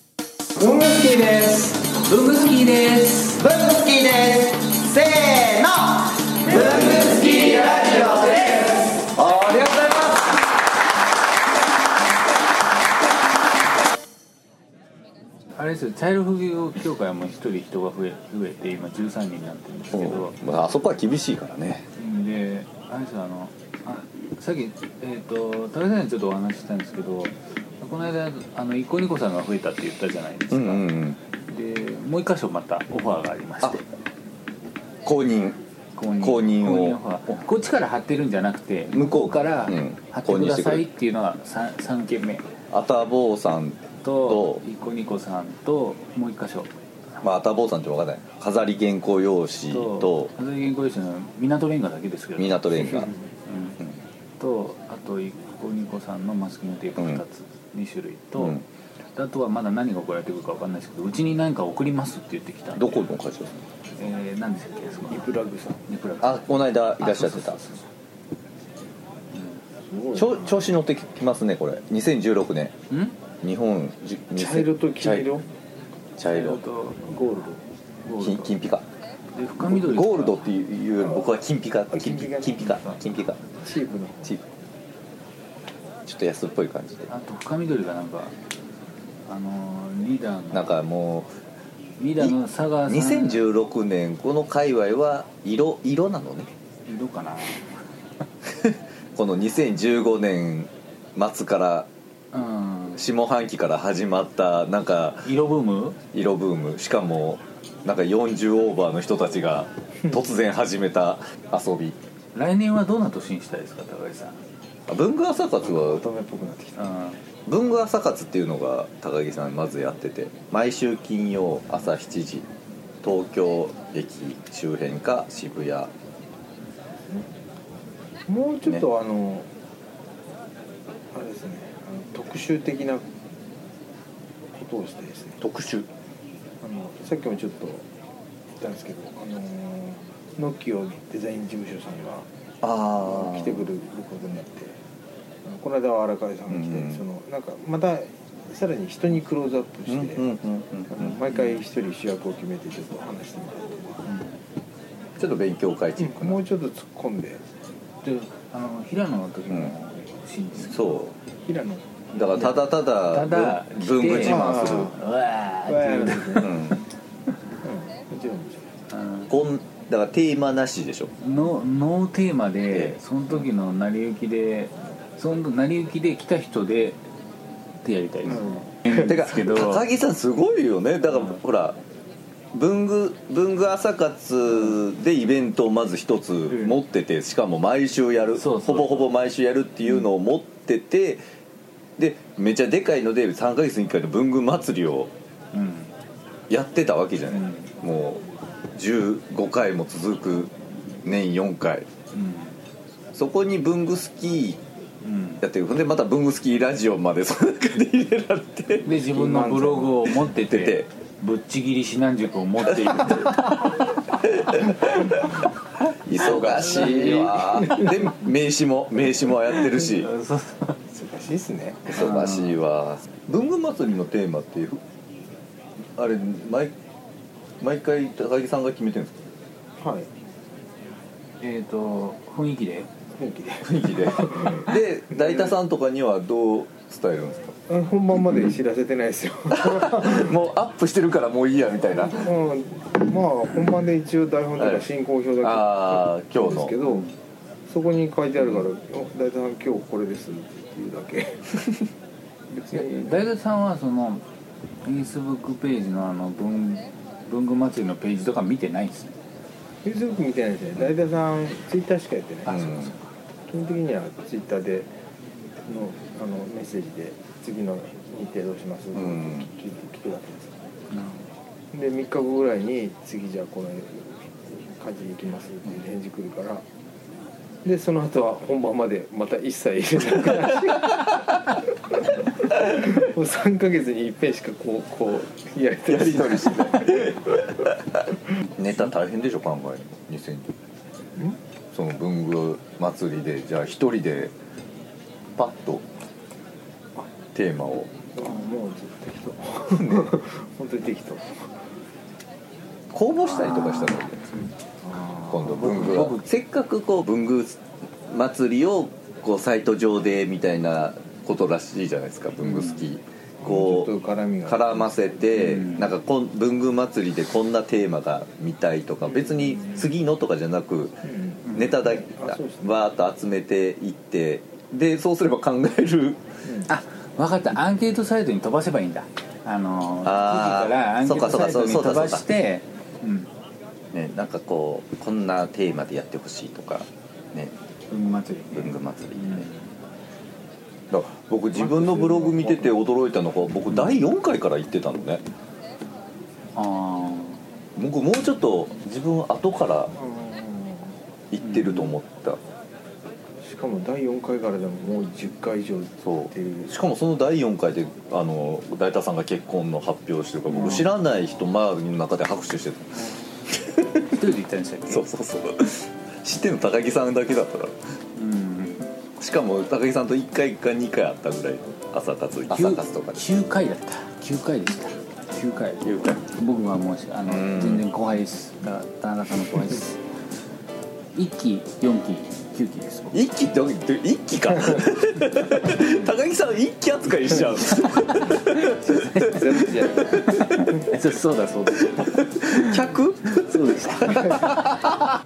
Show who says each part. Speaker 1: 文具好きです文具好きです文具好きですせーの文具好きラジオですありがとうございます
Speaker 2: あれですよチャイルド副業協会も一人人が増え増えて今13人になってるんですけど
Speaker 3: うんまああそこは厳しいからね
Speaker 2: であれですよあのあさっきえっ、と高橋さんにちょっとお話ししたんですけどこの間あのイコニコさんが増えたって言ったじゃないですか、
Speaker 3: うんうんうん
Speaker 2: でもう一箇所またオファーがありまして
Speaker 3: 公認
Speaker 2: 公認
Speaker 3: 公認を
Speaker 2: 公認オファーこっちから貼ってるんじゃなくて
Speaker 3: 向こう
Speaker 2: から
Speaker 3: うん
Speaker 2: 貼ってくださいっていうのが 3, 3件目
Speaker 3: アタボーさん
Speaker 2: と
Speaker 3: と
Speaker 2: イコニコさんともう一箇所
Speaker 3: まあアタボーさんって分かんない飾り原稿用紙と
Speaker 2: あと原稿用紙の港レンガだけですけど
Speaker 3: 港レンガ
Speaker 2: うんとあとイコニコさんのマスキングテープ2つ、二2種類と、
Speaker 3: うん
Speaker 2: あとはまだ何が送られてくるか分かんないですけどうちに何か送りますって言ってきたんで
Speaker 3: どこの会社ですか
Speaker 2: えー、何でしたっけあそこニプラグさんニプラグさん
Speaker 3: あこの間いらっしゃって
Speaker 2: あそうそうそ
Speaker 3: た
Speaker 2: う
Speaker 3: 調調子乗ってきますねこれ2016年
Speaker 2: そうん
Speaker 3: 日本じ
Speaker 4: 茶色と黄色
Speaker 3: 茶
Speaker 2: 茶色
Speaker 3: 色
Speaker 2: と
Speaker 4: ゴール
Speaker 2: ゴール
Speaker 3: 金
Speaker 2: ド
Speaker 3: 金ピカ
Speaker 2: で深緑
Speaker 3: ゴールドっていうより僕は金ピカ金ピ
Speaker 4: 金ピカ
Speaker 3: 金ピカ金ピカ
Speaker 4: ドチープの
Speaker 3: チープちょっと安っぽい感じで
Speaker 2: あと深緑がなんかあのーリーダーの
Speaker 3: なんかも
Speaker 2: リーダーの佐
Speaker 3: う
Speaker 2: 川さん
Speaker 3: 2016年この界隈は色色なのね
Speaker 2: 色かな
Speaker 3: この2015年末から
Speaker 2: うん
Speaker 3: 下半期から始まったなんか
Speaker 2: 色ブーム
Speaker 3: 色ブームしかもなんか40オーバーの人たち が突然始めた遊び
Speaker 2: 来年はどんな年にしたいですか高橋さん
Speaker 3: 文具朝活は
Speaker 4: 乙女っぽくなってきた
Speaker 2: うん
Speaker 3: 文具朝活っていうのが高木さんまずやってて毎週金曜朝7時東京駅周辺か渋谷
Speaker 4: もうちょっとあのあれですねあの特集的なことをしてですね
Speaker 3: 特集
Speaker 4: あのさっきもちょっと言ったんですけどあのノキオデザイン事務所さんが
Speaker 3: ああ
Speaker 4: 来てくることになってこの間は荒川さんが来て、
Speaker 3: うん
Speaker 4: そのなんかまたさらに人にクローズアップ
Speaker 3: うんう
Speaker 4: し
Speaker 3: ん
Speaker 4: て、
Speaker 3: うんうんうん
Speaker 4: 毎回一人主役を決めてちょっと話してみたり
Speaker 3: ちょっと勉強会チッ
Speaker 4: と
Speaker 3: ク
Speaker 4: か、
Speaker 3: な
Speaker 4: もうちょっと突っ込んで
Speaker 2: であの平野の時もシーンですけど、
Speaker 3: そ
Speaker 4: 平野
Speaker 3: うだからただただ
Speaker 2: ただ
Speaker 3: ぶ文具自慢する
Speaker 2: う
Speaker 4: あ
Speaker 2: わ
Speaker 4: うわ
Speaker 2: ー
Speaker 4: ー
Speaker 2: って
Speaker 4: う
Speaker 3: うん
Speaker 4: も
Speaker 3: ん
Speaker 4: ちろんもち
Speaker 2: 言
Speaker 3: こんだからテーマなしでしょ
Speaker 2: うのノーテーマ
Speaker 3: え
Speaker 2: で
Speaker 3: え
Speaker 2: その時の成り行きでその成り行きで来た人でってやりたいです、うん
Speaker 3: てか
Speaker 2: ですけど
Speaker 3: 高木さんすごいよねだか
Speaker 2: う
Speaker 3: ら、
Speaker 2: ん
Speaker 3: ほら文具文具朝活でイベントをまず一つ
Speaker 2: ん
Speaker 3: 持っててしかも毎週やる
Speaker 2: そうそう
Speaker 3: ほぼほぼ毎週やるっていうのを持ってて、でめちゃでかいので3ヶ月に1回の文具祭りを
Speaker 2: うん
Speaker 3: やってたわけじゃない、もう15回も続く年4回そこに文具スキ
Speaker 2: うん
Speaker 3: ーやってるほんでまた文具スキーラジオまで その中で入れられて
Speaker 2: うんで自分のブログを持ってて
Speaker 3: 出て
Speaker 2: ぶっちぎり指南塾を持っている
Speaker 3: 忙しいわで名刺も名刺もやってるし
Speaker 2: そう
Speaker 4: ろん難しいですね
Speaker 3: 忙しいわ文具祭りのテーマってふあれ毎毎回高木さんが決めてるんですか
Speaker 4: はい
Speaker 2: えっ、と雰囲気で
Speaker 4: 元気で
Speaker 3: 雰囲気 でで大田さんとかにはどう伝えるんですか
Speaker 4: あ本番まで知らせてないですよ
Speaker 3: もうアップしてるからもういいやみたいな
Speaker 4: うんまあ本番で一応台本とか進行表だ
Speaker 3: ああ
Speaker 4: け
Speaker 3: 今日
Speaker 4: んです
Speaker 3: の
Speaker 4: けどそこに書いてあるから「お大体さん今日これです」っていうだけ 別に
Speaker 2: 大学さんはそのフェイスブックページのあの文文具祭りのページとか見てないんですね
Speaker 4: Facebook 見てないですね大体さん Twitter しかやってない
Speaker 3: うん
Speaker 4: 基本的にはツイッターでのあのメッセージで次の日程どうしますって
Speaker 3: ん
Speaker 4: 聞いて聞くだけですで3日後ぐらいに次じゃあこの感じに行きますっていう返事来るからでその後は本番までまた一切入れなくな るもう3ヶ月に一遍しかこうこうやりた
Speaker 3: や
Speaker 4: い
Speaker 3: り取りしてネタ大変でしょ考えるの2000その文具祭りでじゃあ一人でパッとテーマを
Speaker 4: あもうずっと適当本当に適当
Speaker 3: 公募したりとかしたので今度文具はせっかくこう文具祭りをこうサイト上でみたいなことらしいじゃないですか文具好き、こ
Speaker 4: ちょっ
Speaker 3: う
Speaker 4: と絡みが
Speaker 3: 絡ませて、なんかこん文具祭りでこんなテーマが見たいとか別に次のとかじゃなく、ネタだけ
Speaker 4: あそうですね
Speaker 3: わーっと集めていってでそうすれば考える
Speaker 2: あ分かったアンケートサイトに飛ばせばいいんだあの
Speaker 3: あー
Speaker 2: 記事からアンケートサイトに
Speaker 3: そうかそうかそう
Speaker 2: 飛ば
Speaker 3: だ
Speaker 2: してうん
Speaker 3: ね、なんかこうこんなテーマでやってほしいとかね
Speaker 2: 文具祭り
Speaker 3: 文具祭りね、だから僕自分のブログ見てて驚いたのが僕第4回から行ってたのね
Speaker 2: あー
Speaker 3: 僕もうちょっと自分後から行ってると思った、
Speaker 4: しかも第4回からでももう10回以上
Speaker 3: そ
Speaker 4: っていう
Speaker 3: うしかもその第4回であの大田さんが結婚の発表してるから僕知らない人周りの中で拍手してた、
Speaker 2: 一人で行ったんでしたっけ
Speaker 3: そうそうそう知ってんの高木さんだけだったから
Speaker 2: うん
Speaker 3: しかも高木さんと1回か2回あったぐらい朝活朝活とかで
Speaker 2: 9回だった9回でした9回
Speaker 3: 9回
Speaker 2: 僕はもうあの
Speaker 3: うん
Speaker 2: 全然後輩ですだ田中さんの後輩です一期四期九期です 僕
Speaker 3: 一期ってわけで一期 か高木さん一期扱いしちゃう
Speaker 4: 全部じゃない
Speaker 2: そうそうだそうだ
Speaker 3: 客
Speaker 2: そうでした